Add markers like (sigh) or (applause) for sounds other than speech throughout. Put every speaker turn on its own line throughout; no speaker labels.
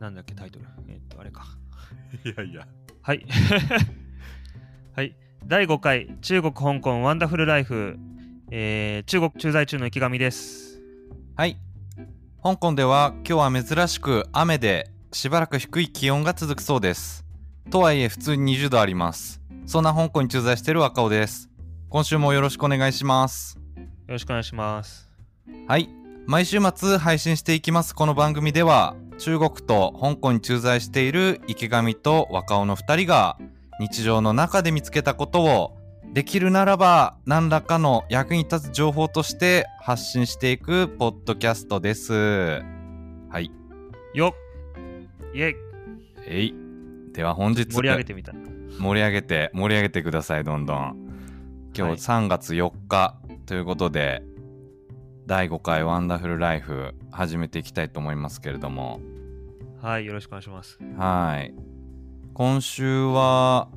なんだっけ、タイトル。えっと、あれか。
(laughs) いやいや。
はい。 (laughs) はい。第5回、中国、香港、ワンダフルライフ。えー中国駐在中の池上です。
はい。香港では今日は珍しく雨でしばらく低い気温が続くそうです。とはいえ普通に20度あります。そんな香港に駐在している若尾です。今週もよろしくお願いします。
よろしくお願いします。
はい。毎週末配信していきますこの番組では中国と香港に駐在している池上と若尾の2人が日常の中で見つけたことをできるならば何らかの役に立つ情報として発信していくポッドキャストです。はい。
よっイェイ
えい。では本日
盛り上げてみた。
盛り上げて盛り上げてくださいどんどん今
はい
日3月4日ということで、第5回「ワンダフルライフ」始めていきたいと思いますけれども
はい、よろしくお願いします。
はい今週は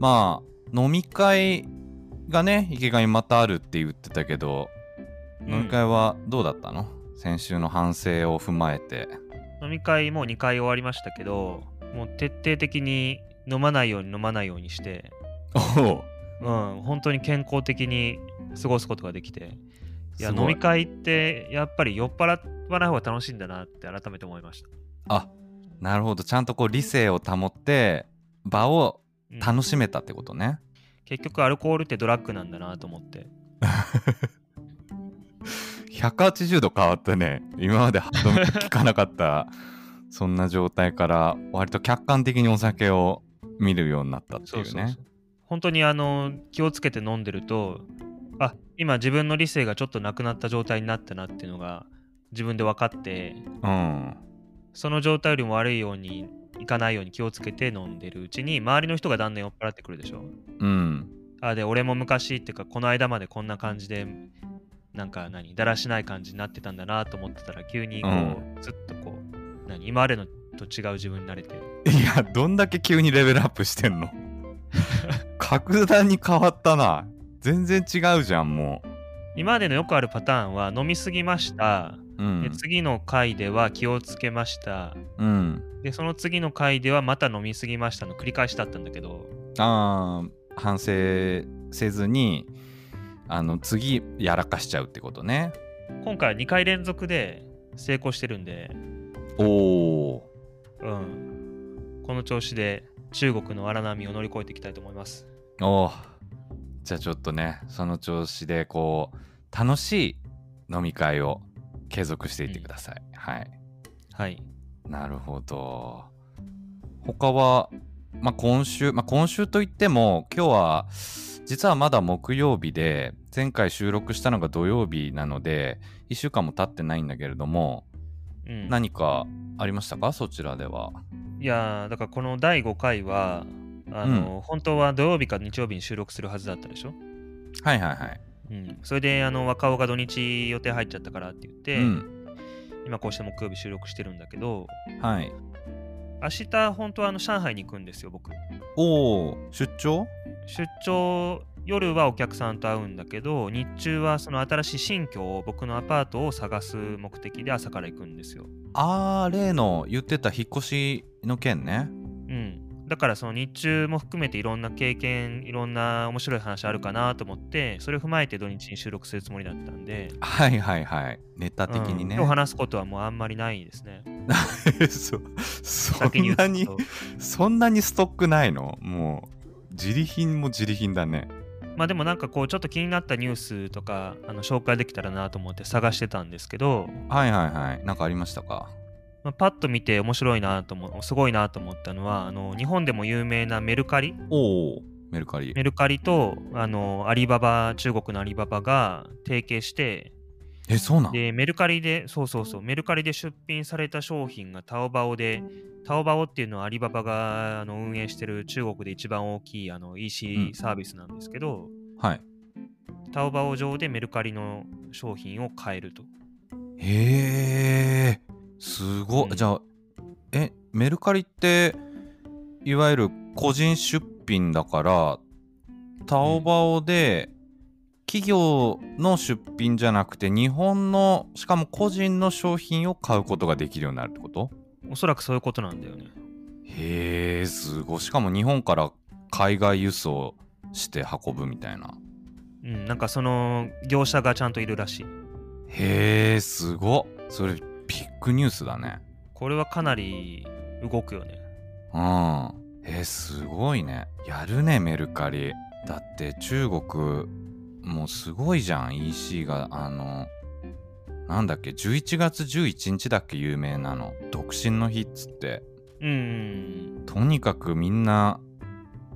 まあ飲み会がね池上またあるって言ってたけど、飲み会はどうだったの先週の反省を踏まえて
飲み会もう2回終わりましたけど、もう徹底的に飲まないように飲まないようにして、
おお
うん、本当に健康的に過ごすことができて、いや
すごい
飲み会ってやっぱり酔っ払わない方が楽しいんだなって改めて思いました。
あなるほどちゃんとこう理性を保って場を
うん
楽しめたってことね、
結局アルコールってドラッグなんだなと思って。
180度変わったね今まで歯止め聞かなかった (laughs) そんな状態から割と客観的にお酒を見るようになったっていうね
本当にあの気をつけて飲んでると、あ今自分の理性がちょっとなくなった状態になったなっていうのが自分で分かって、
うん
その状態よりも悪いようにいかないように気をつけて飲んでるうちに、周りの人がだんだん酔っ払ってくるでしょ。
うん
あで俺も昔っていうかこの間までこんな感じでなんか何だらしない感じになってたんだなと思ってたら急にこう、
う
ずっとこう何今までのと違う自分になれて
いやどんだけ急にレベルアップしてんの格段に変わったな全然違うじゃんも
今までのよくあるパターンは飲みすぎました、
ううん
で次の回では気をつけました
うん
でその次の回ではまた飲みすぎましたの繰り返しだったんだけど
あー反省せずにあの次やらかしちゃうってことね
今回は2回連続で成功してるんで、
おお
うん、この調子で中国の荒波を乗り越えていきたいと思います
おおじゃあちょっとねその調子でこう楽しい飲み会を継続していってください、はい
はい
なるほど他は、まあ、今週、まあ、今週といっても今日は実はまだ木曜日で前回収録したのが土曜日なので1週間も経ってないんだけれども
うん、
何かありましたかそちらではい
やーだからこの第5回はあの、本当は土曜日か日曜日に収録するはずだったでしょ、
はいはいはい、
うん、それであの若尾が土日予定入っちゃったからって言って、
うん
今こうして木曜日収録してるんだけど
はい
明日本当はあの上海に行くんですよ僕
おお出張
出張夜はお客さんと会うんだけど日中はその新しい新居を僕のアパートを探す目的で朝から行くんですよ
あー例の言ってた引っ越しの件ね
うん、だからその日中も含めていろんな経験いろんな面白い話あるかなと思ってそれを踏まえて土日に収録するつもりだったんで
はいはいはいネタ的にね、
うん今日話すことはもうあんまりないですね
(laughs) そ (laughs) そ
先に言
んな
っ
に
とく
そんなにストックないのもう自利品も自利品だね
とまあでもなんかこうちょっと気になったニュースとかあの紹介できたらなと思って探してたんですけど、
はいはいはいなんかありましたか
まあ、パッと見て面白いなと思うすごいなと思ったのはあの日本でも有名なメルカリ
おおメルカリ
メルカリとあのアリババ中国のアリババが提携して
えそうなん
でメルカリでそうそうそうメルカリで出品された商品がタオバオでタオバオっていうのはアリババがあの運営してる中国で一番大きいあの
う
EC
ん
サービスなんですけど、
はい
タオバオ上でメルカリの商品を買えると
へえすごい、
うん
じゃあえメルカリっていわゆる個人出品だからタオバオで企業の出品じゃなくて日本のしかも個人の商品を買うことができるようになるってこと
おそらくそういうことなんだよね。
へえすごいしかも日本から海外輸送して運ぶみたいな
うん、なんかその業者がちゃんといるらしい。
へえすごっそれビッグニュースだね
これはかなり動くよね。
うんえーすごいねやるねメルカリだって中国もうすごいじゃん EC があのなんだっけ11月11日だっけ有名なの独身の日っつって
うん。
とにかくみんな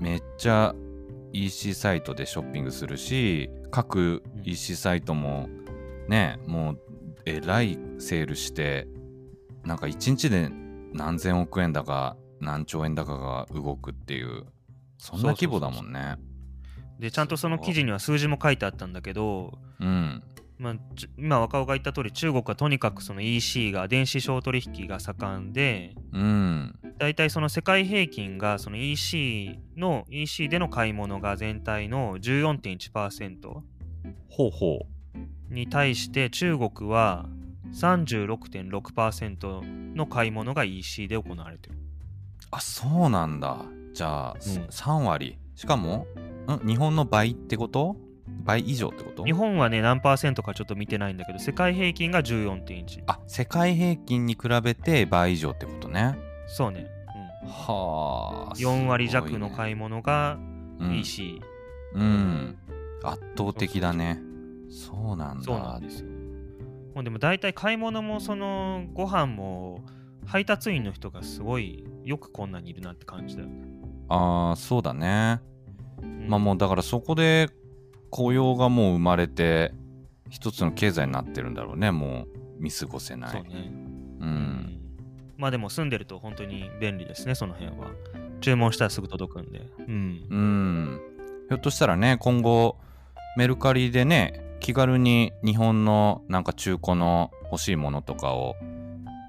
めっちゃ EC サイトでショッピングするし各
うん
EC サイトもねもうえらいセールしてなんか1日で何千億円だか何兆円だかが動くっていうそんな規模だもんね
で、ちゃんとその記事には数字も書いてあったんだけど、
うん
まあ、ち今若尾が言った通り中国はとにかくその EC が電子商取引が盛んで
うん
大体その世界平均がその EC の EC での買い物が全体の14.1%
ほうほ
に対して中国は36.6%の買い物が EC で行われてる
あそうなんだじゃあ、
ん
3割しかもん日本の倍ってこと倍以上ってこと
日本はね何パーセントかちょっと見てないんだけど世界平均が14.1
あ世界平均に比べて倍以上ってことね。
そうね、
はあ、
うん、4割弱の買
い
い物が
物
EC、
うん、うん圧倒的だね。そうなんだ。
そうなんですよ。もうでも大体買い物もそのご飯も配達員の人がすごいよくこんなにいるなって感じだよね。
ああ、そうだね。
うん
まあもうだからそこで雇用がもう生まれて一つの経済になってるんだろうね。もう見過ごせない。
そうね。
う。
うんまあでも住んでると本当に便利ですね、その辺は。注文したらすぐ届くんで。うん。
うん。ひょっとしたらね、今後メルカリでね、気軽に日本のなんか中古の欲しいものとかを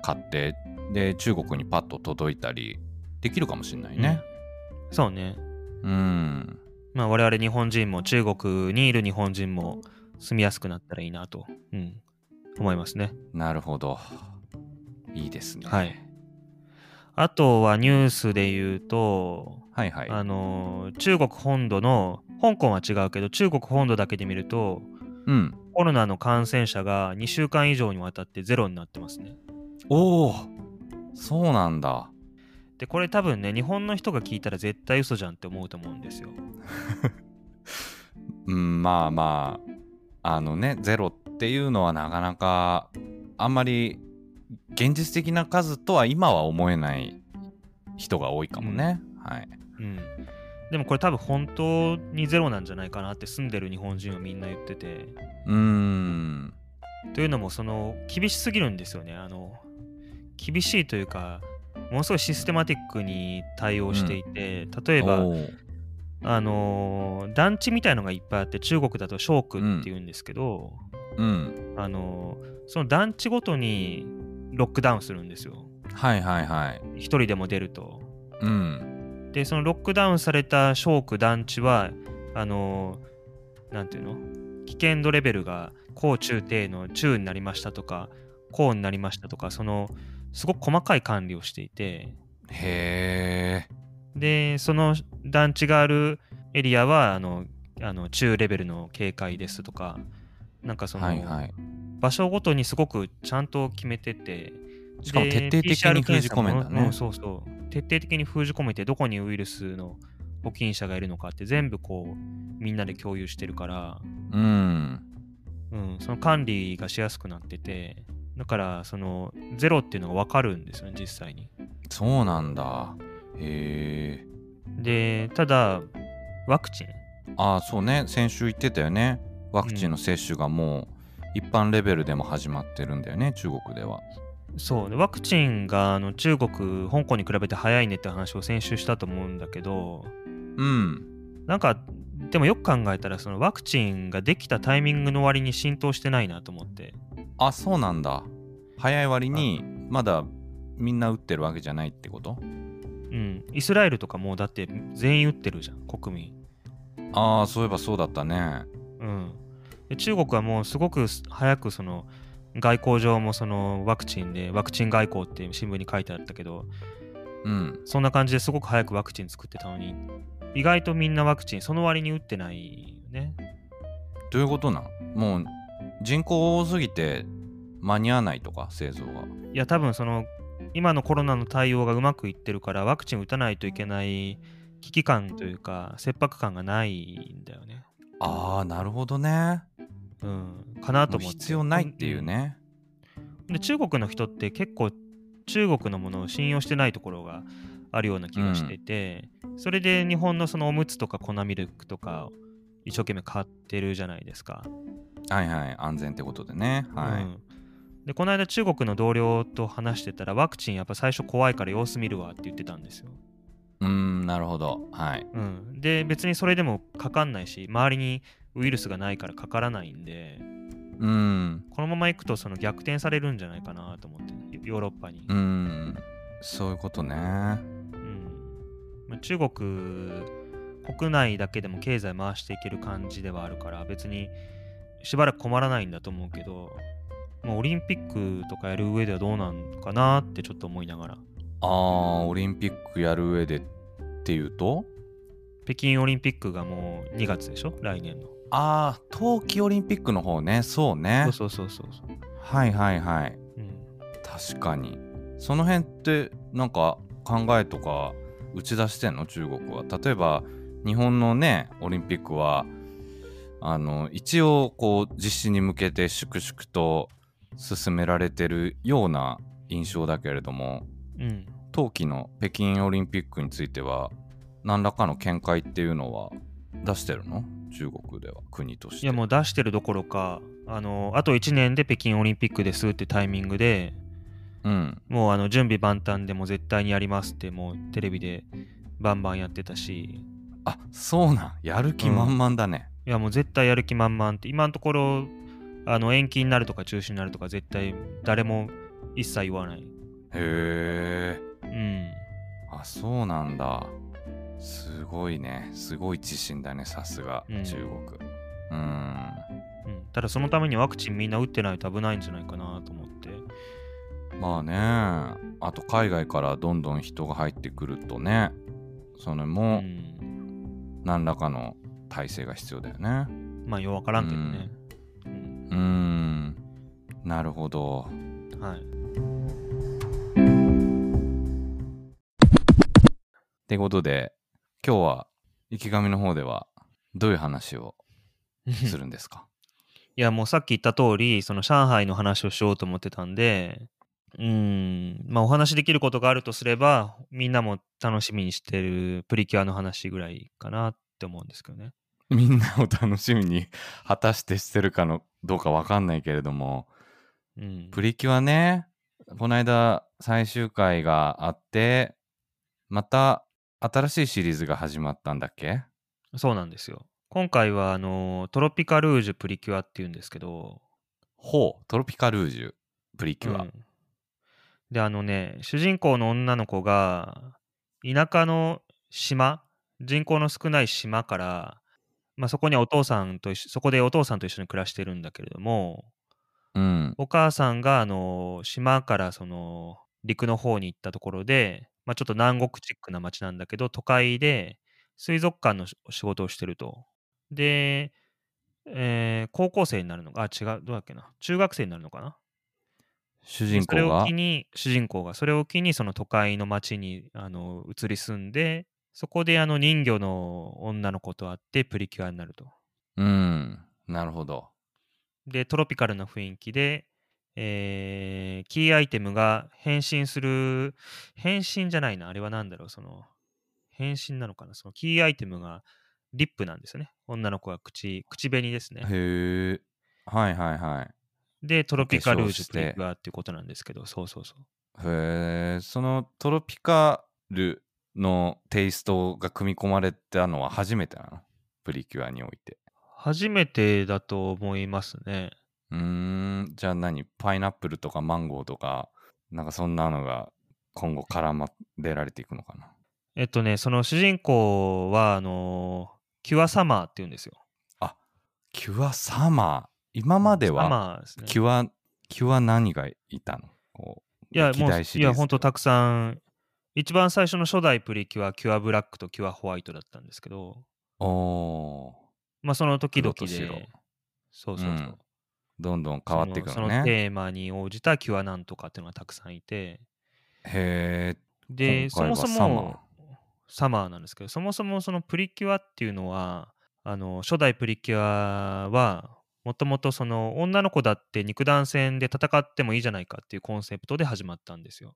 買って、で、中国にパッと届いたりできるかもしれないね。
そうね。
うん。
まあ我々日本人も中国にいる日本人も住みやすくなったらいいなと、うん、思いますね。
なるほど。いいですね。
はい。あとはニュースで言うと、
はいはい。
あのー中国本土の香港は違うけど中国本土だけで見ると
うん。
コロナの感染者が2週間以上にわたってゼロになってますね。
おおそうなんだ。
でこれ多分ね日本の人が聞いたら絶対嘘じゃんって思うと思うんですよ。
うん、まあまあ、あのね、ゼロっていうのはなかなか、あんまり現実的な数とは今は思えない人が多いかもね。はい。
うん、でもこれ多分本当にゼロなんじゃないかなって住んでる日本人はみんな言ってて。
うーん。
というのもその厳しすぎるんですよね。あの厳しいというかものすごいシステマティックに対応していて、例えば
おー
あのー団地みたいのがいっぱいあって中国だと商区っていうんですけど、
うん。
あのーその団地ごとにロックダウンするんですよ
はいはいはい。
一人でも出ると
うん。
でそのロックダウンされた商区団地はあのーなんていうの危険度レベルが高中低の中になりましたとか高になりましたとかそのすごく細かい管理をしていて
へえ。
でその団地があるエリアはあのあの中レベルの警戒ですとかなんかその、
はいはい。
場所ごとにすごくちゃんと決めてて
しかも
で
徹底的に
PCR
封じ込めんだ
検
ね
査もうんそうそう徹底的に封じ込めてどこにウイルスの保菌者がいるのかって全部こうみんなで共有してるから、
うん。
うん、その管理がしやすくなっててだからそのゼロっていうのが分かるんですよね実際に
そうなんだ。へえ。
でただワクチン
ああ、そうね。先週言ってたよね。ワクチンの接種がもう一般レベルでも始まってるんだよね、中国では。
そうでワクチンがあの中国香港に比べて早いねって話を先週したと思うんだけど
うん。
なんかでもよく考えたらそのワクチンができたタイミングの割に浸透してないなと思って
あ、そうなんだ。早い割に、まだみんな打ってるわけじゃないってこと
うんイスラエルとかもうだって全員打ってるじゃん国民
ああ、そういえばそうだったね。
うんで中国はもうすごく早くその外交上もそのワクチンでワクチン外交って新聞に書いてあったけど
うん
そんな感じですごく早くワクチン作ってたのに意外とみんなワクチンその割に打ってないよね
どういうことなんもう人口多すぎて間に合わないとか製造が
いや多分その今のコロナの対応がうまくいってるからワクチン打たないといけない危機感というか切迫感がないんだよね
ああなるほどね
うんかなと
もう
思って
必要ないっていうね
で中国の人って結構中国のものを信用してないところがあるような気がしてて、それで日本のそのおむつとか粉ミルクとかを一生懸命買ってるじゃないですか。
はいはい安全ってことでねは
う
い、
んでこの間中国の同僚と話してたらワクチンやっぱ最初怖いから様子見るわって言ってたんですよ。
うーん、なるほどはい
うん、で別にそれでもかかんないし周りにウイルスがないからかからないんで
うん
このままいくとその逆転されるんじゃないかなと思ってヨーロッパに。
うんそういうことね
うんまあ中国国内だけでも経済回していける感じではあるから別にしばらく困らないんだと思うけど、まあ、オリンピックとかやる上ではどうなんかなってちょっと思いながら
あーオリンピックやる上でっていうと
北京オリンピックがもう2月でしょ来年の
ああ冬季オリンピックの方ねそうね
そうそうそうそうそう、
はいはいはい
うん、
確かにその辺ってなんか考えとか打ち出してんの中国は例えば日本のねオリンピックはあの一応こう実施に向けて粛々と進められてるような印象だけれども
うん、
冬季の北京オリンピックについては何らかの見解っていうのは出してるの中国では国として
いやもう出してるどころかあのあと1年で北京オリンピックですってタイミングで
うん
もうあの準備万端でもう絶対にやりますってもうテレビでバンバンやってたし
あそうなんやる気満々だね、
いやもう絶対やる気満々って今のところあの延期になるとか中止になるとか絶対誰も一切言わない
へえ
うん
あそうなんだすごいねすごい自信だねさすが
うん
中国うーん
うん、ただそのためにワクチンみんな打ってないと危ないんじゃないかなと思って
まあねあと海外からどんどん人が入ってくるとねそれ
う
も
ん
何らかの体制が必要だよね
まあようわからんけどね、
うーんなるほど
うんはい
ってことで今日は池上の方ではどういう話を (laughs) するんですか
いやもうさっき言った通りその上海の話をしようと思ってたんでうんまあお話できることがあるとすればみんなも楽しみにしてるプリキュアの話ぐらいかなって思うんですけどね
みんなを楽しみに (laughs) 果たしてしてるかのどうかわかんないけれども
うん
プリキュアねこの間最終回があってまた新しいシリーズが始まったんだっけ
そうなんですよ。今回はあのトロピカルージュプリキュアっていうんですけど、
ほうトロピカルージュプリキュア、
うんであのね主人公の女の子が田舎の島人口の少ない島から、まあ、そこにはお父さんと一緒そこでお父さんと一緒に暮らしてるんだけれども
うん、
お母さんがあの島からその陸の方に行ったところで、まあ、ちょっと南国チックな町なんだけど都会で水族館のし仕事をしてると。で、えー高校生になるのかあ違うどうだっけな中学生になるのかな
主
で
人
それ
公
を
が
機に主人公がそれを機にその都会の町にあの移り住んでそこであの人魚の女の子と会ってプリキュアになると。
うんなるほど
で、トロピカルな雰囲気で、えーキーアイテムが変身する、変身じゃないな、あれは何だろう、その、変身なのかな、そのキーアイテムがリップなんですよね。女の子が口、口紅ですね。
へえはいはいはい
で、トロピカルー
お化粧
ジ
し
ュ
て
プリクアっていうことなんですけど、そうそうそう。
へえそのトロピカルのテイストが組み込まれたのは初めてなのプリキュアにおいて
初めてだと思いますね。
うーんじゃあ何パイナップルとかマンゴーとかなんかそんなのが今後絡まれられていくのかな
えっとね、その主人公は、あのーキュアサマーっていうんですよ。
キュアサマー今まで
サ
は
マーですね。
キュア、敵は何がいたのこう
いや、
歴
もう、
代シ
い
リーズ
や、ほんとたくさん、一番最初の初代プリキュア、キュアブラックとキュアホワイトだったんですけど、
おー
まあ、その時々
黒と白
で、そうそうそう。
うんどんどん変わっていく
そ
の
のその
ね。
テーマに応じたキュアなんとかっていうのがたくさんいて、
へえ。
で、そ
今回
も
は
そ
サマー
も、サマーなんですけど、そもそもそのプリキュアっていうのは、あの、初代プリキュアは、もともとその女の子だって肉弾戦で戦ってもいいじゃないかっていうコンセプトで始まったんですよ。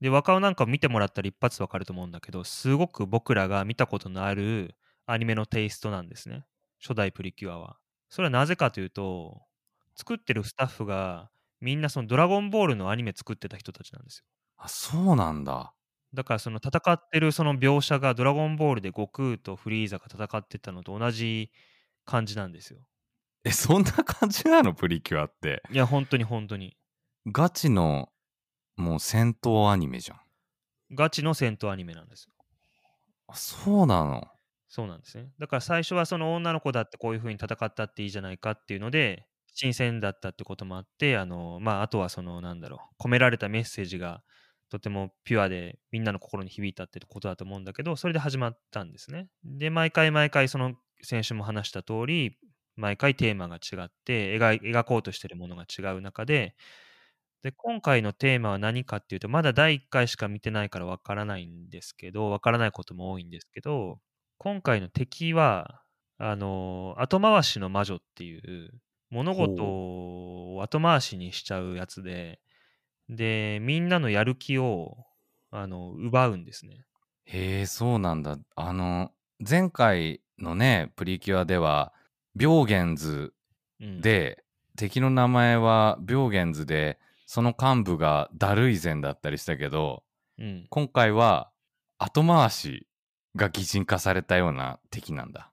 で、若尾なんか見てもらったら一発わかると思うんだけど、すごく僕らが見たことのあるアニメのテイストなんですね。初代プリキュアは。それはなぜかというと、作ってるスタッフがみんなそのドラゴンボールのアニメ作ってた人たちなんですよ
あ、そうなんだ。
だからその戦ってるその描写が「ドラゴンボール」で悟空とフリーザが戦ってたのと同じ感じなんですよ。
え、そんな感じなのプリキュアって。
いや本当に本当に。
ガチの、もう戦闘アニメじゃん。
ガチの戦闘アニメなんですよ。
あ、そうなの。
そうなんですね。だから最初はその女の子だってこういう風に戦ったっていいじゃないかっていうので新鮮だったってこともあってあのまああとはそのなんだろう込められたメッセージがとてもピュアでみんなの心に響いたってことだと思うんだけどそれで始まったんですね。で毎回毎回その先週も話した通り毎回テーマが違って描い描こうとしてるものが違う中でで今回のテーマは何かっていうとまだ第1回しか見てないからわからないんですけどわからないことも多いんですけど今回の敵はあの後回しの魔女っていう物事を後回しにしちゃうやつででみんなのやる気をあの奪うんですね。
へえ、そうなんだ。あの、前回のね、プリキュアでは、病原図
うん、
で、敵の名前は病原図で、その幹部がダルイゼンだったりしたけど、
うん、
今回は後回しが擬人化されたような敵なんだ。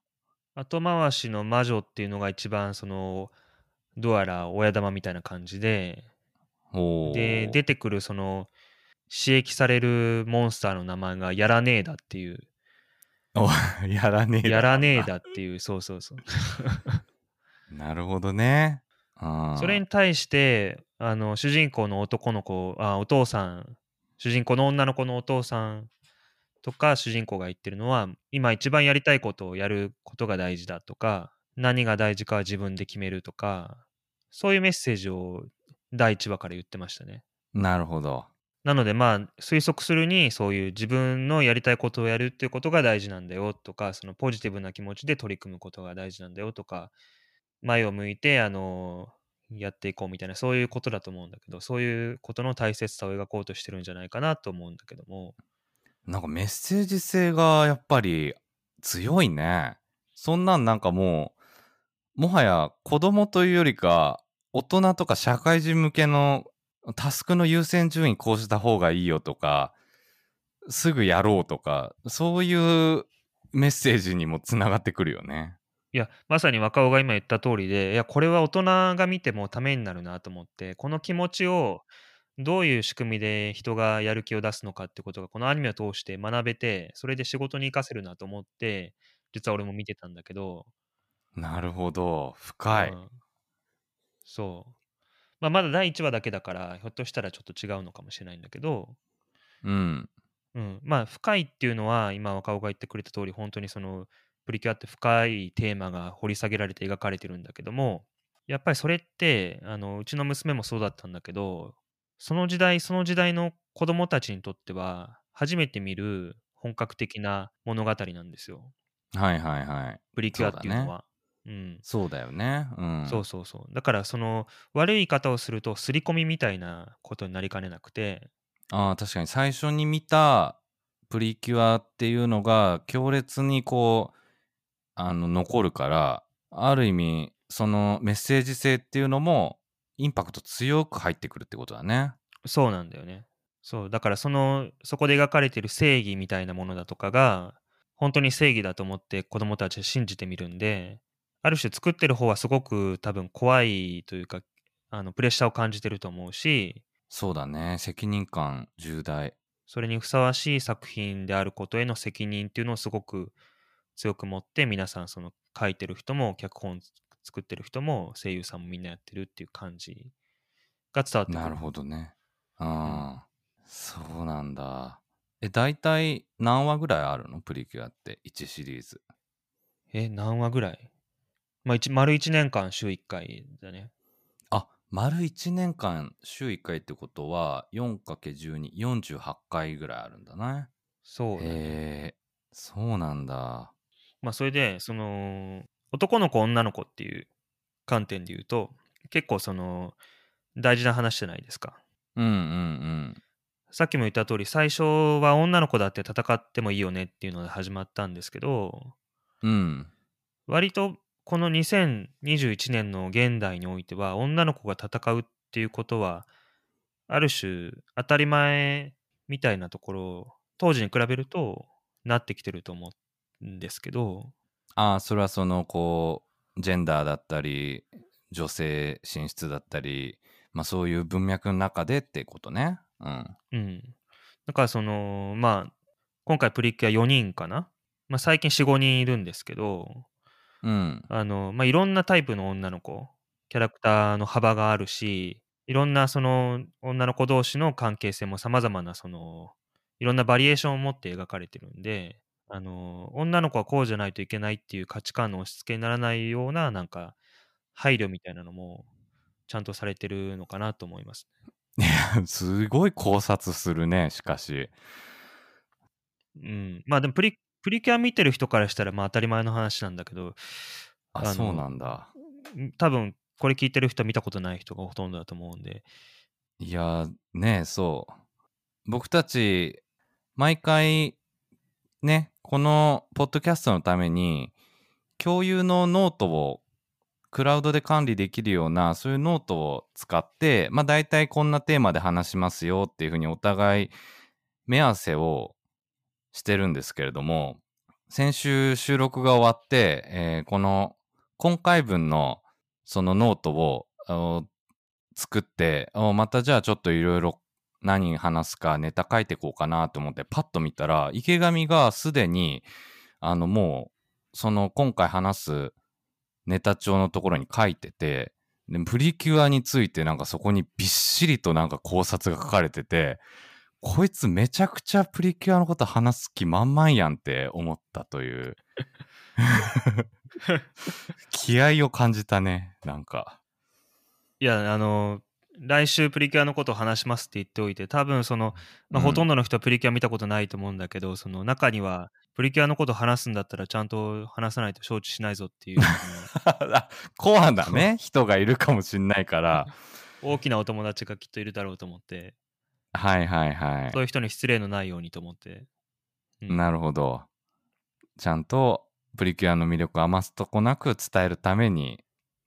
後回しの魔女っていうのが一番そのどうやら親玉みたいな感じで
おー
で出てくるその刺激されるモンスターの名前がやらねえだっていう
お (laughs) やらねえだ
(laughs) やらねえだっていうそうそうそう
なるほどね。あー
それに対してあの主人公の男の子あお父さん主人公の女の子のお父さんとか主人公が言ってるのは今一番やりたいことをやることが大事だとか何が大事かは自分で決めるとかそういうメッセージを第1話から言ってましたね。
なるほど。
なのでまあ推測するにそういう自分のやりたいことをやるっていうことが大事なんだよとかそのポジティブな気持ちで取り組むことが大事なんだよとか前を向いてあのやっていこうみたいなそういうことだと思うんだけどそういうことの大切さを描こうとしてるんじゃないかなと思うんだけども
なんかメッセージ性がやっぱり強いね。そんなんなんかもうもはや子供というよりか大人とか社会人向けのタスクの優先順位こうした方がいいよとかすぐやろうとかそういうメッセージにもつながってくるよね。
いやまさに若尾が今言った通りでいやこれは大人が見てもためになるなと思ってこの気持ちをどういう仕組みで人がやる気を出すのかってことがこのアニメを通して学べてそれで仕事に活かせるなと思って実は俺も見てたんだけど、
なるほど深い。
うんそう、まあ、まだ第1話だけだからひょっとしたらちょっと違うのかもしれないんだけど、
うん。
うん、まあ深いっていうのは今若尾が言ってくれた通り本当にそのプリキュアって深いテーマが掘り下げられて描かれてるんだけどもやっぱりそれってあのうちの娘もそうだったんだけどその時代その時代の子供たちにとっては初めて見る本格的な物語なんですよ
はいはいはい。
プリキュアっていうのは。うん、
そうだよね。うん。
そうそうそうだからその悪い言い方をすると刷り込みみたいなことになりかねなくて
ああ確かに最初に見たプリキュアっていうのが強烈にこうあの残るからある意味そのメッセージ性っていうのもインパクト強く入ってくるってことだね。
そうなんだよね。そうだからそのそこで描かれてる正義みたいなものだとかが本当に正義だと思って子供たちは信じてみるんである種作ってる方はすごく多分怖いというかあのプレッシャーを感じてると思うし
そうだね責任感重大。
それにふさわしい作品であることへの責任っていうのをすごく強く持って皆さんその書いてる人も脚本作ってる人も声優さんもみんなやってるっていう感じが伝わってくる
なるほどね。ああ、そうなんだ。え、大体何話ぐらいあるのプリキュアって1シリーズ。
え何話ぐらいまあ一丸1年間週1回だね
あ、丸1年間週1回ってことは 4×12、48回ぐらいあるんだね。
そうだね
へえ、そうなんだ。
まあそれでその男の子女の子っていう観点で言うと結構その大事な話じゃないですか
うんうんうん。
さっきも言った通り最初は女の子だって戦ってもいいよねっていうので始まったんですけど
うん。
割とこの2021年の現代においては女の子が戦うっていうことはある種当たり前みたいなところ当時に比べるとなってきてると思うんですけど
ああ、それはその、こう、ジェンダーだったり、女性進出だったり、まあそういう文脈の中でってことね。うん。
うんだからそのまあ今回プリキュア4人かな、まあ、最近45人いるんですけど
うん。 (laughs)
あの、まあ、いろんなタイプの女の子、キャラクターの幅があるし、いろんなその女の子同士の関係性も様々なその、いろんなバリエーションを持って描かれてるんで、あの、女の子はこうじゃないといけないっていう価値観の押し付けにならないような、なんか、配慮みたいなのも、ちゃんとされてるのかなと思います。
すごい考察するね、しかし。
うん。まあでもプリ、プリキュア見てる人からしたら、まあ当たり前の話なんだけど、
あ、
あの
そうなんだ。
多分、これ聞いてる人は見たことない人がほとんどだと思うんで、
いや、ねえ、そう。僕たち、毎回、ね、このポッドキャストのために、共有のノートをクラウドで管理できるような、そういうノートを使って、まあ大体こんなテーマで話しますよっていうふうにお互い目合わせをしてるんですけれども、先週収録が終わって、えーこの今回分のそのノートをあの作って、あまたじゃあちょっといろいろ何話すかネタ書いてこうかなと思ってパッと見たら、池上がすでに、あのもう、その今回話すネタ帳のところに書いてて、でプリキュアについてなんかそこにびっしりとなんか考察が書かれてて、こいつめちゃくちゃプリキュアのこと話す気満々やんって思ったと
(laughs)
いう。 (laughs) 気合を感じたね、なんか。
いや、あの、来週プリキュアのことを話しますって言っておいて、多分その、まあ、
うん
ほとんどの人はプリキュア見たことないと思うんだけど、その中には、プリキュアのことを話すんだったらちゃんと話さないと承知しないぞっていう、そ
あコアなね、人がいるかもしんないから。 (laughs)
の大きなお友達がきっといるだろうと思って、
はいはいは
そういう人に失礼のないようにと思って。う
い。
ん
なるほど。ちゃんとプリキュアの魅力を余すとこなく伝えるために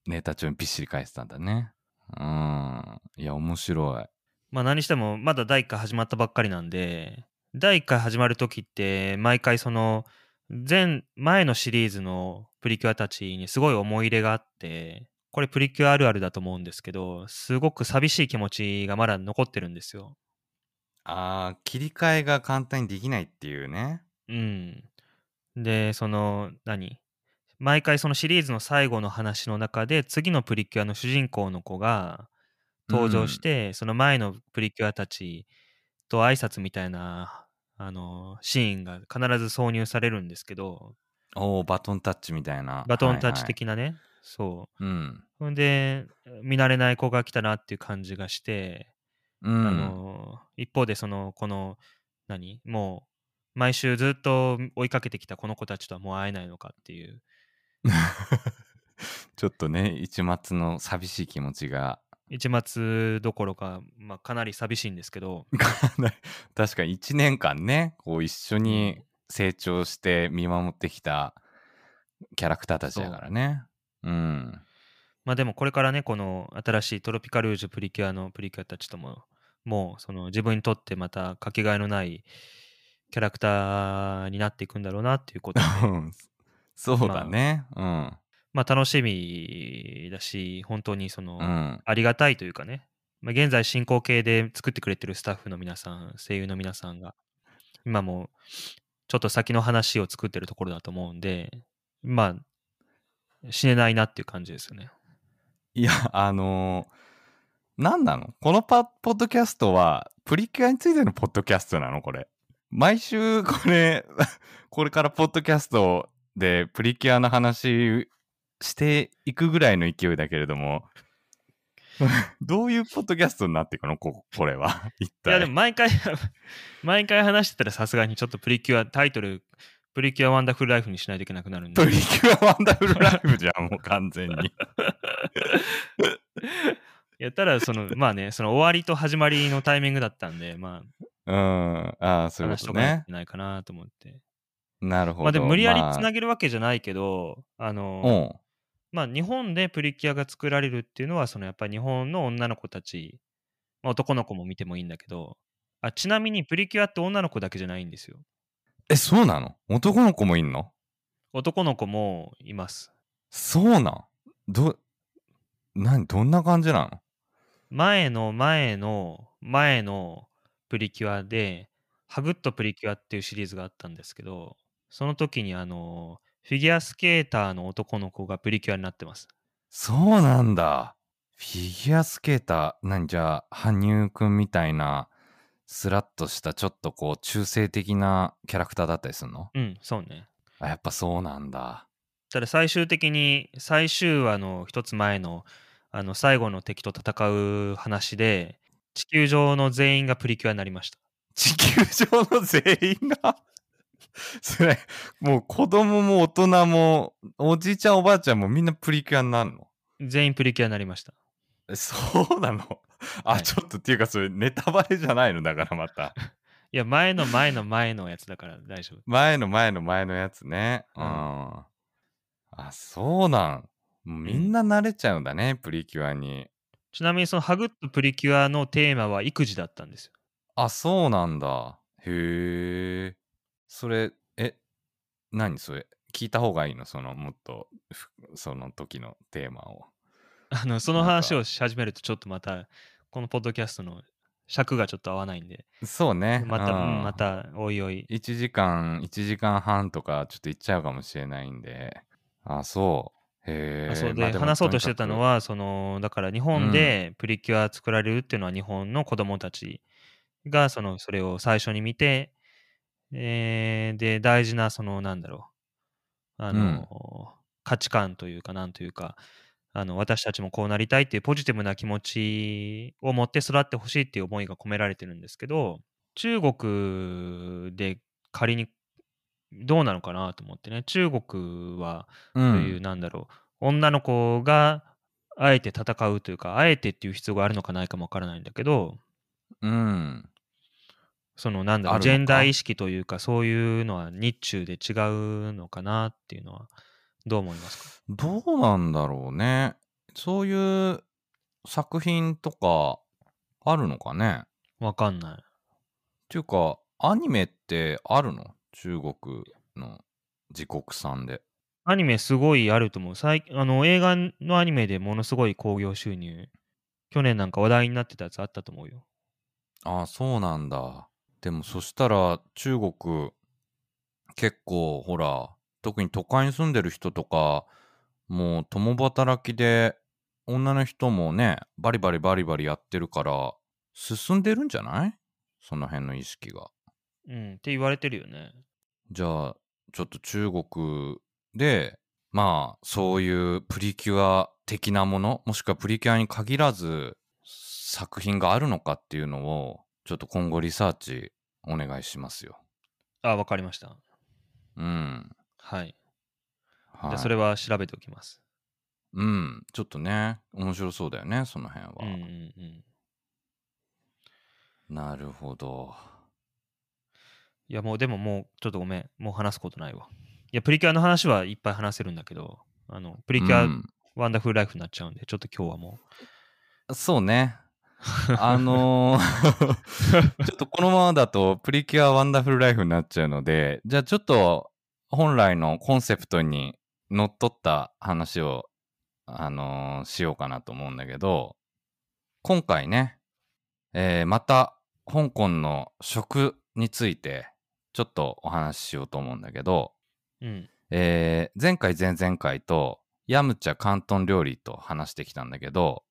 ネタ帳にびっしり返してたんだね。うん。いや、面白い。
まあ何しても、まだ第1回始まったばっかりなんで、第1回始まる時って、毎回その、前、前のシリーズのプリキュアたちにすごい思い入れがあって、これプリキュアあるあるだと思うんですけど、すごく寂しい気持ちがまだ残ってるんですよ。
ああ、切り替えが簡単にできないっていうね。
うん。で、その、何毎回そのシリーズの最後の話の中で、次のプリキュアの主人公の子が登場して、その前のプリキュアたちと挨拶みたいな、あの、シーンが必ず挿入されるんですけど、
おお、バトンタッチみたいな。
バトンタッチ
はい
的なね、そう。
はい。
ほんで、見慣れない子が来たなっていう感じがして、
うん。
あ
うん。
の一方でそのこの何もう毎週ずっと追いかけてきたこの子たちとはもう会えないのかっていう
ちょっとね、一末の寂しい気持ちが
一末どころか、まあ、かなり寂しいんですけど
かなり確かに1年間ねこう一緒に成長して見守ってきたキャラクターたちだからねうん (laughs)
まあでもこれからねこの新しいトロピカルージュプリキュアのプリキュアたちとももうその自分にとってまたかけがえのないキャラクターになっていくんだろうなっていう
(laughs)
ことで
そうだね、
まあ楽しみだし本当にその、
うんうん
ありがたいというかね、まあ、現在進行形で作ってくれてるスタッフの皆さん、声優の皆さんが、今もちょっと先の話を作ってるところだと思うんで、まあ、死ねないなっていう感じですよね。
いやあのー何なのこのパポッドキャストは、プリキュアについてのポッドキャストなのこれ。毎週、これ、 (laughs) これからポッドキャストでプリキュアの話していくぐらいの勢いだけれども、 (laughs) どういうポッドキャストになっていくのここれは。 (laughs) 一
い
体。
やでも毎回 (laughs) 毎回話してたらさすがにちょっとプリキュアタイトルプリキュアワンダフルライフにしないといけなくなるんで
プリキュアワンダフルライフじゃん、もう完全に。
やったらそのまあねその終わりと始まりのタイミングだったんでま
(laughs) うん。ああ、
あ
そういう
話
こ
し
と
とかない
ね
と。いけないかなと思って
なるほど。
まあでも無理やりつな
げ
げるわけじゃないけどあの
うん。
まあ、日本でプリキュアが作られるっていうのは、そのやっぱり日本の女の子たち、まあ、男の子も見てもいいんだけどあ、ちなみにプリキュアって女の子だけじゃないんですよ。
え、そうなの男の子もいんの
男の子もいます。
そうなんど、何どんな感じなの
前の前の前のプリキュアで、ハグッとプリキュアっていうシリーズがあったんですけど、その時にあの、フィギュアスケーターの男の子がプリキュアになってます。
そうなんだ。フィギュアスケーター、何じゃあ、羽生くんみたいな、スラッとした、ちょっとこう、中性的なキャラクターだったりするの
うん、そうね。
あ、やっぱそうなんだ。
ただ最終的に最終話の一つ前のあの最後の敵と戦う話で地球上の全員がプリキュアになりました
地球上の全員がそれもう子供も大人もおじいちゃんおばあちゃんもみんなプリキュアになるの
全員プリキュアになりました
えそうなのあ、
はい
ちょっとっていうかそれネタバレじゃないのだからまた
いや前の前の前のやつだから大丈夫
前の前の前のやつねうん、
うん
あそうなんもうみんな慣れちゃうんだね、プリキュアに
ちなみにそのハグッとプリキュアのテーマは育児だったんですよ (laughs)
あそうなんだへえそれえ何それ聞いた方がいいのそのもっとふその時のテーマを
あのその
なんか
話をし始めるとちょっとまたこのポッドキャストの尺がちょっと合わないんで
そうね
また、
うん
うんまたおいおい
1時間1時間半とかちょっといっちゃうかもしれないんであそうへ
あ
え
そうで
まあも
話そうとしてたの
にか
はそのだから日本でプリキュア作られるっていうのは日本の子供たちがそのそれを最初に見て、えーで大事なそのなんだろうあの、価値観というかなんというかあの私たちもこうなりたいっていうポジティブな気持ちを持って育ってほしいっていう思いが込められてるんですけど中国で仮にどうなのかなと思ってね中国は
くう
という、
ん、
なんだろう、女の子があえて戦うというか、あえてっていう必要があるのかないかもわからないんだけど、
うん、
そのなんだろ
あ
う、
るの
ジ
か
ェンダー意識というか、そういうのは日中で違うのかなっていうのは、どう思いますか
どうなんだろうねそういう作品とかあるのかね
わかんない。
っていうかアニメってあるの中国の自国産で
アニメすごいあると思う。最あの映画のアニメでものすごい興行収入、去年なんか話題になってたやつあったと思うよ。
ああそうなんだでもそしたら中国結構ほら特に都会に住んでる人とかもう共働きで女の人もねバリバリバリバリやってるから進んでるんじゃないその辺の意識が
うん、って言われてるよね。
じゃあちょっと中国でまあそういうプリキュア的なものもしくはプリキュアに限らず作品があるのかっていうのをちょっと今後リサーチお願いしますよ。
あ、わかりました。
うん。
はい。じ
は
ゃあそれは調べておきます。
うん。ちょっとね面白そうだよねその辺は。
うんうんうん。
なるほど。
いやもうでももうちょっとごめんもう話すことないわいやプリキュアの話はいっぱい話せるんだけどあのプリキュア、
うん
ワンダフルライフになっちゃうんでちょっと今日はも
そうね。あのー (laughs) ちょっとこのままだとプリキュアワンダフルライフになっちゃうので、じゃあちょっと本来のコンセプトにのっとった話を、あのーしようかなと思うんだけど、今回ね、えーまた香港の食についてちょっとお話ししようと思うんだけど、
ううん
えー前回前々回とヤムチャ広東料理と話してきたんだけど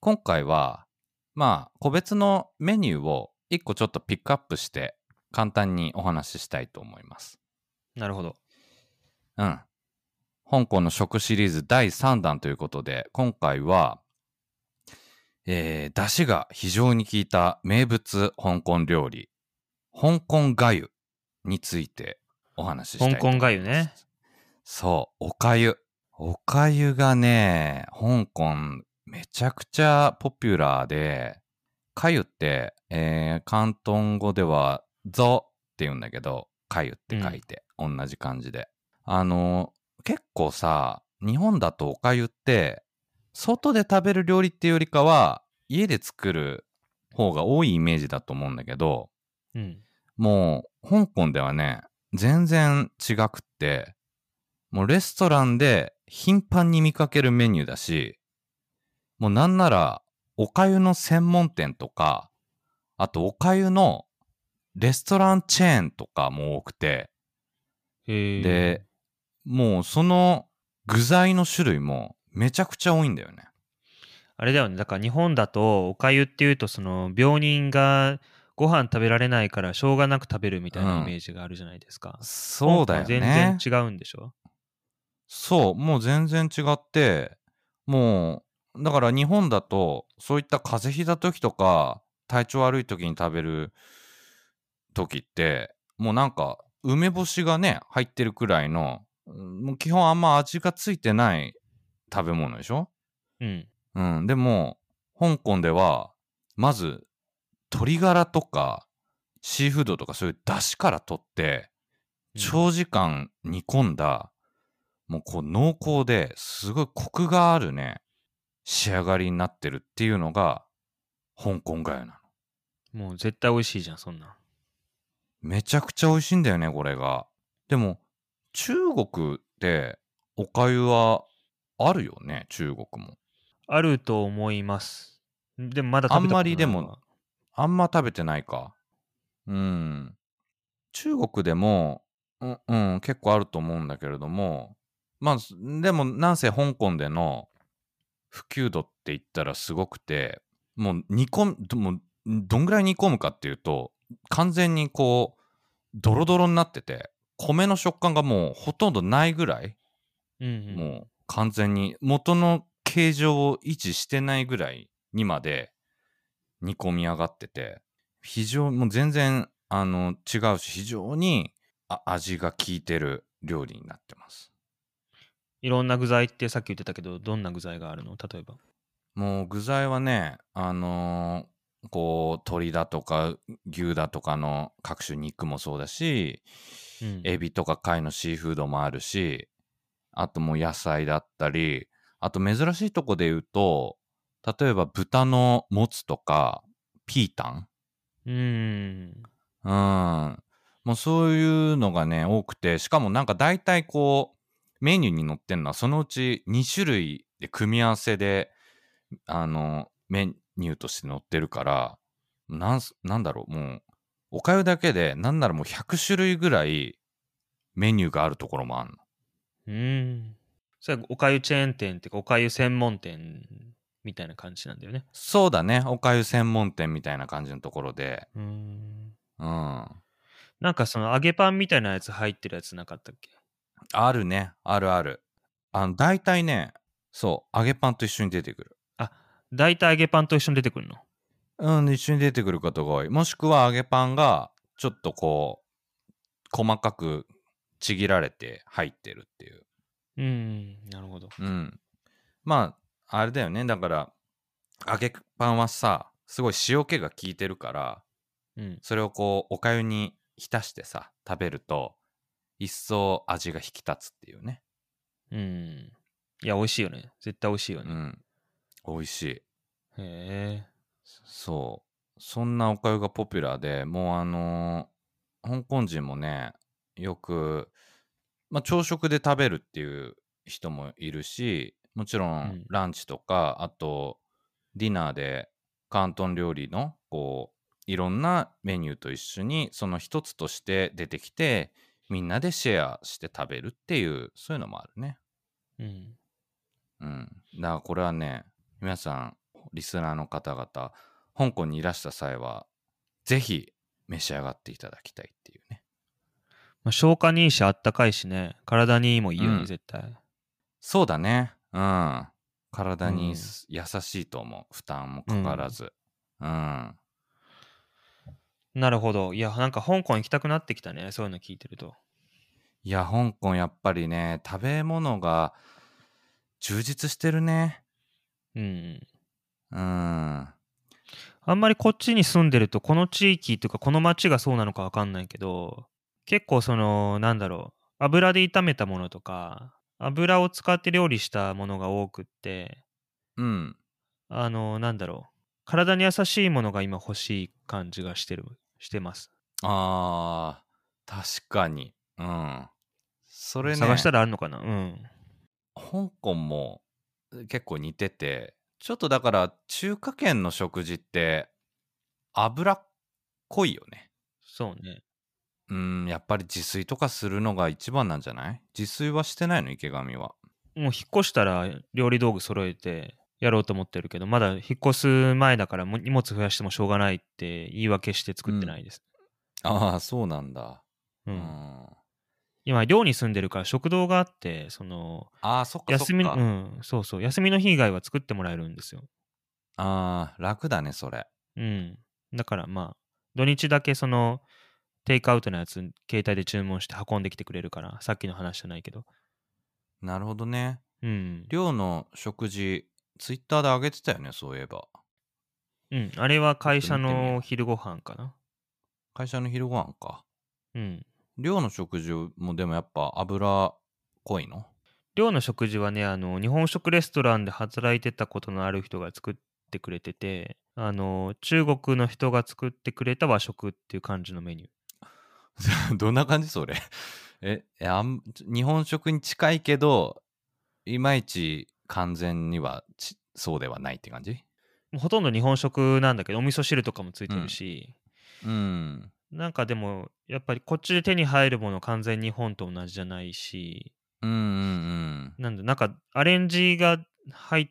今回はまあ、個別のメニューを一個ちょっとピックアップして、簡単にお話ししたいと思います。
なるほど。
うん。香港の食シリーズ第3弾ということで、今回は、えー、出汁が非常に効いた名物香港料理、香港がゆについてお話ししたいと思
香
います。
港がゆね。
そう、おかゆ。おかゆがね、香港めちゃくちゃポピュラーで、かゆって、えー、広東語では、ぞって言うんだけど、かゆって書いて、同じ感じで。あの、結構さ、日本だとおかゆって、外で食べる料理っていうよりかは、家で作る方が多いイメージだと思うんだけど、
うん。
もう香港ではね全然違くってもうレストランで頻繁に見かけるメニューだしもうなんならおかゆの専門店とかあとおかゆのレストランチェーンとかも多くて
へえ
でもうその具材の種類もめちゃくちゃ多いんだよね。
あれだよね。だから日本だとおかゆっていうとその病人がご飯食べられないからしょうがなく食べるみたいな
うん
イメージがあるじゃないですか。
そうだよね。
香港は全然違うんでしょ
そう、もう全然違って、もう、だから日本だと、そういった風邪ひいた時とか、体調悪い時に食べる時って、もうなんか、梅干しがね、入ってるくらいの、うんもう基本あんま味がついてない食べ物でしょ
うん。
うん、でも、香港では、まず、鶏ガラとか、シーフードとかそういう出汁から取って、長時間煮込んだ、もうこう濃厚ですごいコクがあるね仕上がりになってるっていうのが香港がゆなの
うんもう絶対美味しいじゃん、そんなん。
めちゃくちゃ美味しいんだよねこれがでも中国っておかゆはあるよね中国も
あると思います。でもまだ食べたことないわ
あんまりでも。あんま食べてないかうん中国でもうん、うん、結構あると思うんだけれどもまあすでもなんせ香港での普及度って言ったらすごくてもう煮込むどもうどんぐらい煮込むかっていうと完全にこうドロドロになってて米の食感がもうほとんどないぐらい
うん、うん。
もう完全に元の形状を維持してないぐらいにまで煮込み上がってて非常にもう全然あの違うし非常にあ味が効いてる料理になってます
いろんな具材ってさっき言ってたけど、どんな具材があるの例えば。
もう具材はねあのーこう鶏だとか牛だとかの各種肉もそうだし
うん
エビとか貝のシーフードもあるしあともう野菜だったりあと珍しいとこで言うと例えば豚のもつとかピータ
うーん。
ンうんもうそういうのがね多くてしかもなんか大体こうメニューに載ってるのはそのうち2種類で組み合わせであのメニューとして載ってるからなんすなんだろうもうおかゆだけでなんならもう100種類ぐらいメニューがあるところもあるの。
うーん。それはおかゆチェーン店っていうか、おかゆ専門店みたいな感じなんだよね。
そうだね。おかゆ専門店みたいな感じのところで。
うーん。
うん。
なんかその揚げパンみたいなやつ入ってるやつなかったっけ
あるね。あるある。あの、大体ね、そう、揚げパンと一緒に出てくる。
大体揚げパンと一緒に出てくるの。
うん、一緒に出てくることが多い。もしくは揚げパンが、ちょっとこう、細かくちぎられて入ってるっていう。
うーん。なるほど。
うん。まあ、あれだよね。だから、揚げパンはさ、すごい塩気が効いてるから、
うん。
それをこうおかゆに浸してさ食べると一層味が引き立つっていうね
うん。いや、美味しいよね。絶対美味しいよ
う
ね。
ん美味しい
へえ。
そうそんなおかゆがポピュラーでもうあのー香港人もねよく、まあ、朝食で食べるっていう人もいるしもちろ
うん
んランチとか、あとディナーで広東料理のこういろんなメニューと一緒にその一つとして出てきてみんなでシェアして食べるっていうそういうのもあるね。
うん。
うん。だからこれはね、皆さん、リスナーの方々、香港にいらした際はぜひ召し上がっていただきたいっていうね
まあ、消化にいいし、あったかいしね、体にいいもんいいよね、
うん
絶対。
そうだねうん体に
うん
す優しいと思う負担もかからずうん、
なるほど。いや、なんか香港行きたくなってきたね、そういうの聞いてると。
いや香港やっぱりね食べ物が充実してるね
うん。
うん
あんまりこっちに住んでると、この地域というか、この町がそうなのかわかんないけど、結構その、なんだろう、油で炒めたものとか、油を使って料理したものが多くって、
うん
あの、なんだろう、体に優しいものが今欲しい感じがしてる、してます。
あー確かにうんそれね
探したらあるのかなうん。
香港も結構似ててちょっとだから中華圏の食事って脂っこいよね
そうね。
うんやっぱり自炊とかするのが一番なんじゃない自炊はしてないの池上は
もう引っ越したら料理道具揃えてやろうと思ってるけど、まだ引っ越す前だからもう荷物増やしてもしょうがないって言い訳して作ってないです。
ああそうなんだ
う
うんん、あ
今、寮に住んでるから食堂があって、その、
あそっかそっか
休みの、うん、そうそう、休みの日以外は作ってもらえるんですよ。
あー楽だねそれ
うん。だからまあ、土日だけその、テイクアウトのやつ、携帯で注文して運んできてくれるから、さっきの話じゃないけど。
なるほどね
うん。
寮の食事ツイッターで上げてたよねそういえば
うん。あれは会社
ちょっと見てみよ
の
う
昼ご飯かな。
会社の昼ご飯か
うん。
寮の食事もでもやっぱ脂濃いの
寮の食事はねあの日本食レストランで働いてたことのある人が作ってくれててあの中国の人が作ってくれた和食っていう感じのメニュー
(laughs) どんな感じそれえいやあん日本食に近いけどいまいち完全にはちそうではないって感じ
もうほとんど日本食なんだけどお味噌汁とかもついてるし、
うん
なんかでもやっぱりこっちで手に入るもの完全日本と同じじゃないし
うんうんうん
なんだなんかアレンジが入っ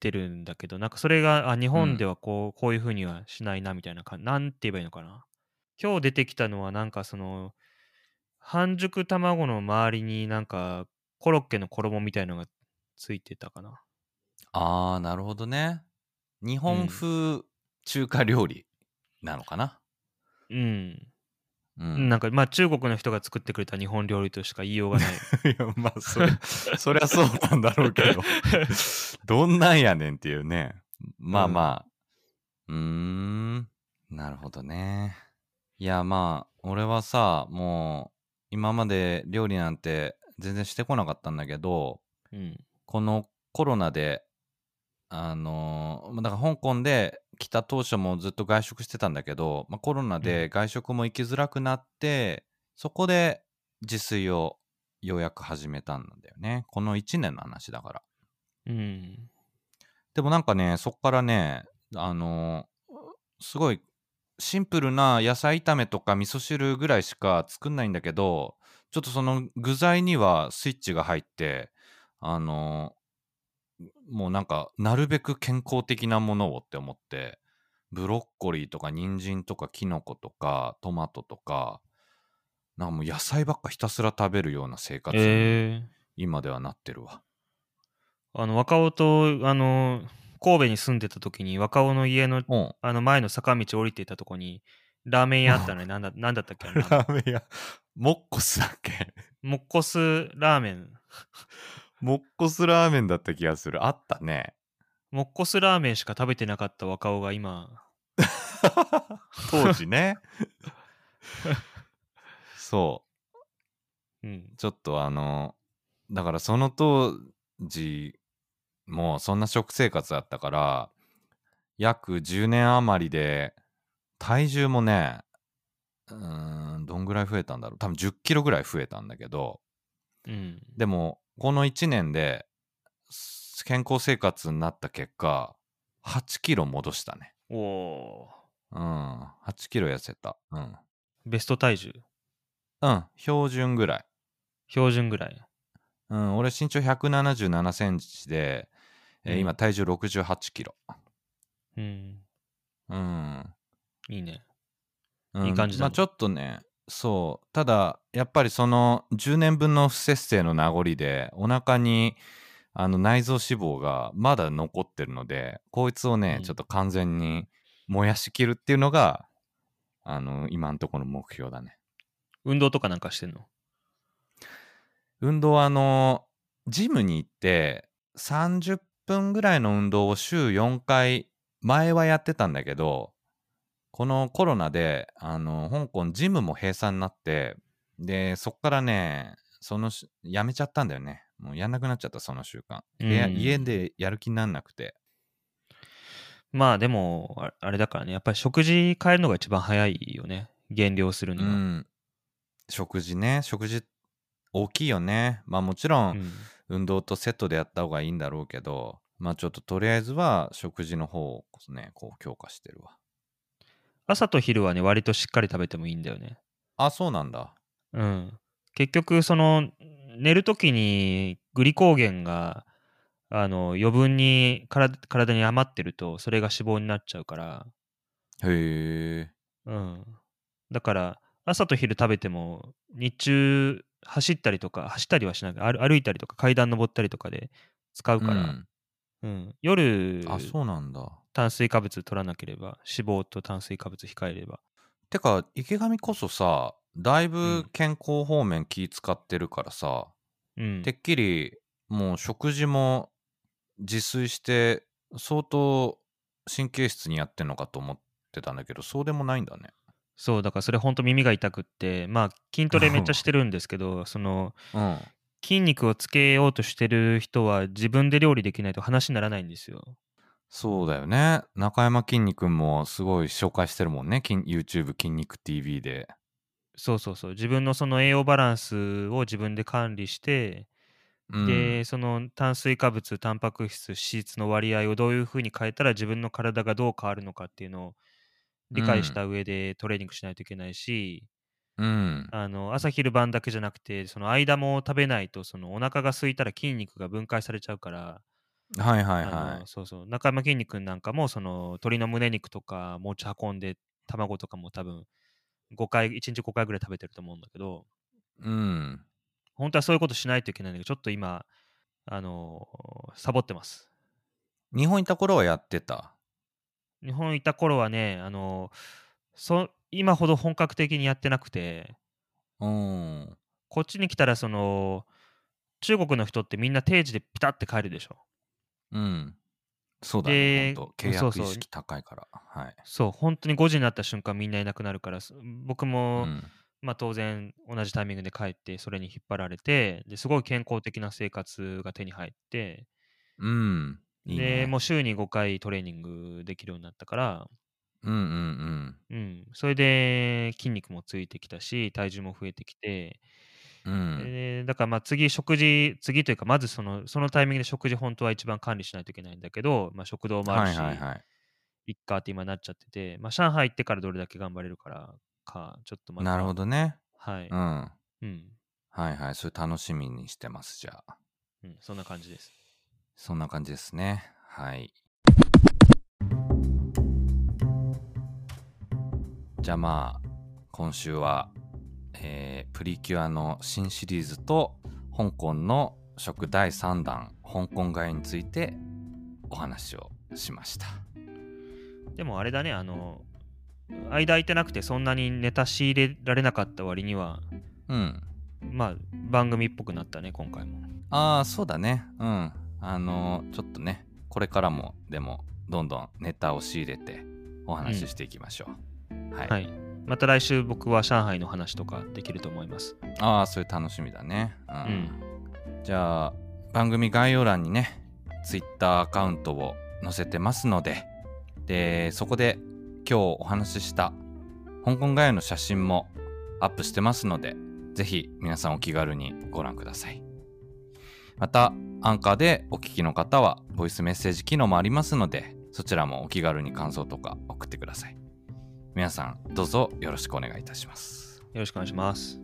てるんだけどなんかそれがあ日本ではこう,、こういう風にはしないなみたいな感じなんて言えばいいのかな今日出てきたのはなんかその半熟卵の周りになんかコロッケの衣みたいのがついてたかな
ああなるほどね日本風中華料理なのかな
うん、
うん
なんかまあ中国の人が作ってくれた日本料理としか言いようがない
(laughs) いやまあそれそりゃそうなんだろうけどどんなんやねんっていうねまあまあうーんなるほどねいやまあ俺はさもう今まで料理なんて全然してこなかったんだけど
うん
このコロナであのまあだから香港で来た当初もずっと外食してたんだけど、まあ、コロナで外食も行きづらくなって、そこで自炊をようやく始めたんだよねこの1年の話だから
うん
でもなんかねそっからねあのすごいシンプルな野菜炒めとか味噌汁ぐらいしか作んないんだけどちょっとその具材にはスイッチが入ってあのもうなんかなるべく健康的なものをって思ってブロッコリーとか人参とかキノコとかトマトとかなんかもう野菜ばっかひたすら食べるような生活に
えー
今ではなってるわ。
あの若尾とあの神戸に住んでた時に若尾の家の
うん
あの前の坂道降りていたとこにラーメン屋あったのになんだなんだったっけあれラーメン
(laughs) ラーメン屋、モッコスだっけ
もっこすラーメン
モッコスラーメンだった気がする。あったね。
もっこすラーメンしか食べてなかった若尾が今
当時ね。 (laughs) そ
うん
う。ちょっとあの、だからその当時、もうそんな食生活だったから、約10年余りで、体重もね、うーん、どんぐらい増えたんだろう。多分10キロぐらい増えたんだけど、
うん
でもこの1年です健康生活になった結果8キロ戻したね
おお
うん8キロ痩せたうん、
ーベスト体重
うん、標準ぐらい、
標準ぐらい
うん、俺身長1 7 7センチで、えー
うん
今体重6 8キロ
うん
うん。
いいね。
うん
いい感じだ
まあ
ね
ちょっとね、そう。ただ、やっぱりその10年分の不節制の名残で、お腹にあの内臓脂肪がまだ残ってるので、こいつをね、
うん
ちょっと完全に燃やしきるっていうのが、あの、今のところの目標だね。
運動とかなんかしてんの
運動はあの、ジムに行って30分ぐらいの運動を週4回、前はやってたんだけど、このコロナで、あの、香港ジムも閉鎖になって、で、そっからね、そのし、やめちゃったんだよね。もうやんなくなっちゃった、その習慣。で
うん
家でやる気になんなくて。
まあでも、ああれだからね、やっぱり食事変えるのが一番早いよね。減量するに
う
は。
ん。食事ね、食事大きいよね。まあもちろん、
うん
運動とセットでやった方がいいんだろうけど、まあちょっととりあえずは食事の方をね、こう強化してるわ。
朝と昼はね、割としっかり食べてもいいんだよね。
あ、そうなんだ。
うん。結局、その、寝るときにグリコーゲンが、あの、余分に体体に余ってると、それが脂肪になっちゃうから、
へえ。
うん。だから、朝と昼食べても、日中、走ったりとか、走ったりはしない歩歩いたりとか、階段登ったりとかで使うから、
うん
うん、夜、
あ、そうなんだ。
炭水化物取らなければ脂肪と炭水化物控えれば
てか、池上こそさ、だいうぶ
ん
健康方面気使ってるからさ、
うん
てっきりもう食事も自炊して相当神経質にやってんのかと思ってたんだけど、そうでもないんだね。
そうだからそれほんと耳が痛くってまあ筋トレめっちゃしてるんですけどその
うん。
筋肉をつけようとしてる人は自分で料理できないと話にならないんですよ
そうだよね。中山きんに君もすごい紹介してるもんね。筋 YouTube 筋肉 TV で。
そうそうそう自分のその栄養バランスを自分で管理して、
うん、
でその炭水化物タンパク質脂質の割合をどういうふうに変えたら自分の体がどう変わるのかっていうのを理解した上でトレーニングしないといけないし、
うん。
あの朝昼晩だけじゃなくてその間も食べないとそのお腹が空いたら筋肉が分解されちゃうから、
はいはい
あ
は
のそうそう中山筋肉なんかもその鶏の胸肉とか持ち運んで卵とかも多分5回1日5回ぐらい食べてると思うんだけど
い。うん。
本当はそういうことしないといけないんだけどちょっと今あのサボってます
日本いた頃はやってた。
日本いた頃はねあのそ今ほど本格的にやってなくて
うん。
こっちに来たらその中国の人ってみんな定時でピタって帰るでしょ
うん。そうだね。
で
ほんと契
そう
約
そう
意識高いから。はい。
そう、本当に5時になった瞬間みんないなくなるから、す僕
う
も、
ん。
まあ当然同じタイミングで帰って、それに引っ張られて、ですごい健康的な生活が手に入って、
うん。いい
で、
ね。
もう週に5回トレーニングできるようになったから、
うんうんうん。
うん、それで筋肉もついてきたし、体重も増えてきて、
うん。
でだからまあ次食事、次というか、まずそのそのタイミングで食事本当は一番管理しないといけないんだけど、まあ、食堂もあ
は
る
い
し、
はいはい。
いっかって今なっちゃってて、まあ、上海行ってからどれだけ頑張れるからか、ちょっとまた
なるほどね。
はい。
うん。は
うん。
いはい。それ楽しみにしてます、じゃあ。
うん、そんな感じです。
そんな感じですね。はい。じゃあまあ、今週は、えープリキュアの新シリーズと、香港の食第3弾、香港買いについてお話をしました。
でもあれだね、あの、間空いてなくてそんなにネタ仕入れられなかった割には、
うん。
まあ、番組っぽくなったね、今回も。
ああ、そうだね。うん。あのーちょっとね、これからも、でも、どんどんネタを仕入れて、お話ししていきましょう。はい。
はい。また来週僕は上海の話とかできると思います。
ああそれ楽しみだねうん、じゃあ番組概要欄にね Twitter アカウントを載せてますのででそこで今日お話しした香港概要の写真もアップしてますのでぜひ皆さんお気軽にご覧くださいまたアンカーでお聞きの方はボイスメッセージ機能もありますのでそちらもお気軽に感想とか送ってください皆さんどうぞよろしくお願いいたします
よろしくお願いします。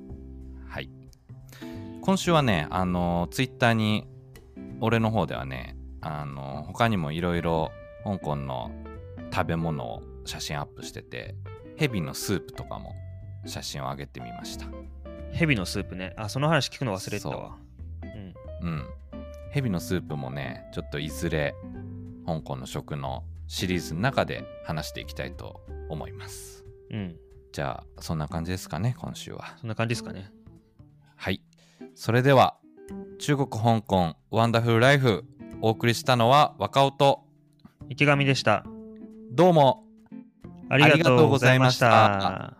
はい。今週はね、あの、ツイッターに、俺の方ではね、あの、他にもいろいろ香港の食べ物を写真アップしててヘビのスープとかも写真を上げてみました
ヘビのスープね。あ、その話聞くの忘れてたわ。うん。
うんヘビのスープもねちょっといずれ香港の食のシリーズの中で話していきたいと思います
うん。
じゃあそんな感じですかね今週は
そんな感じですかね。
はいそれでは中国香港ワンダフルライフお送りしたのは若尾と
池上でした。
どうも
ありがとうございまし。
ありがとうございました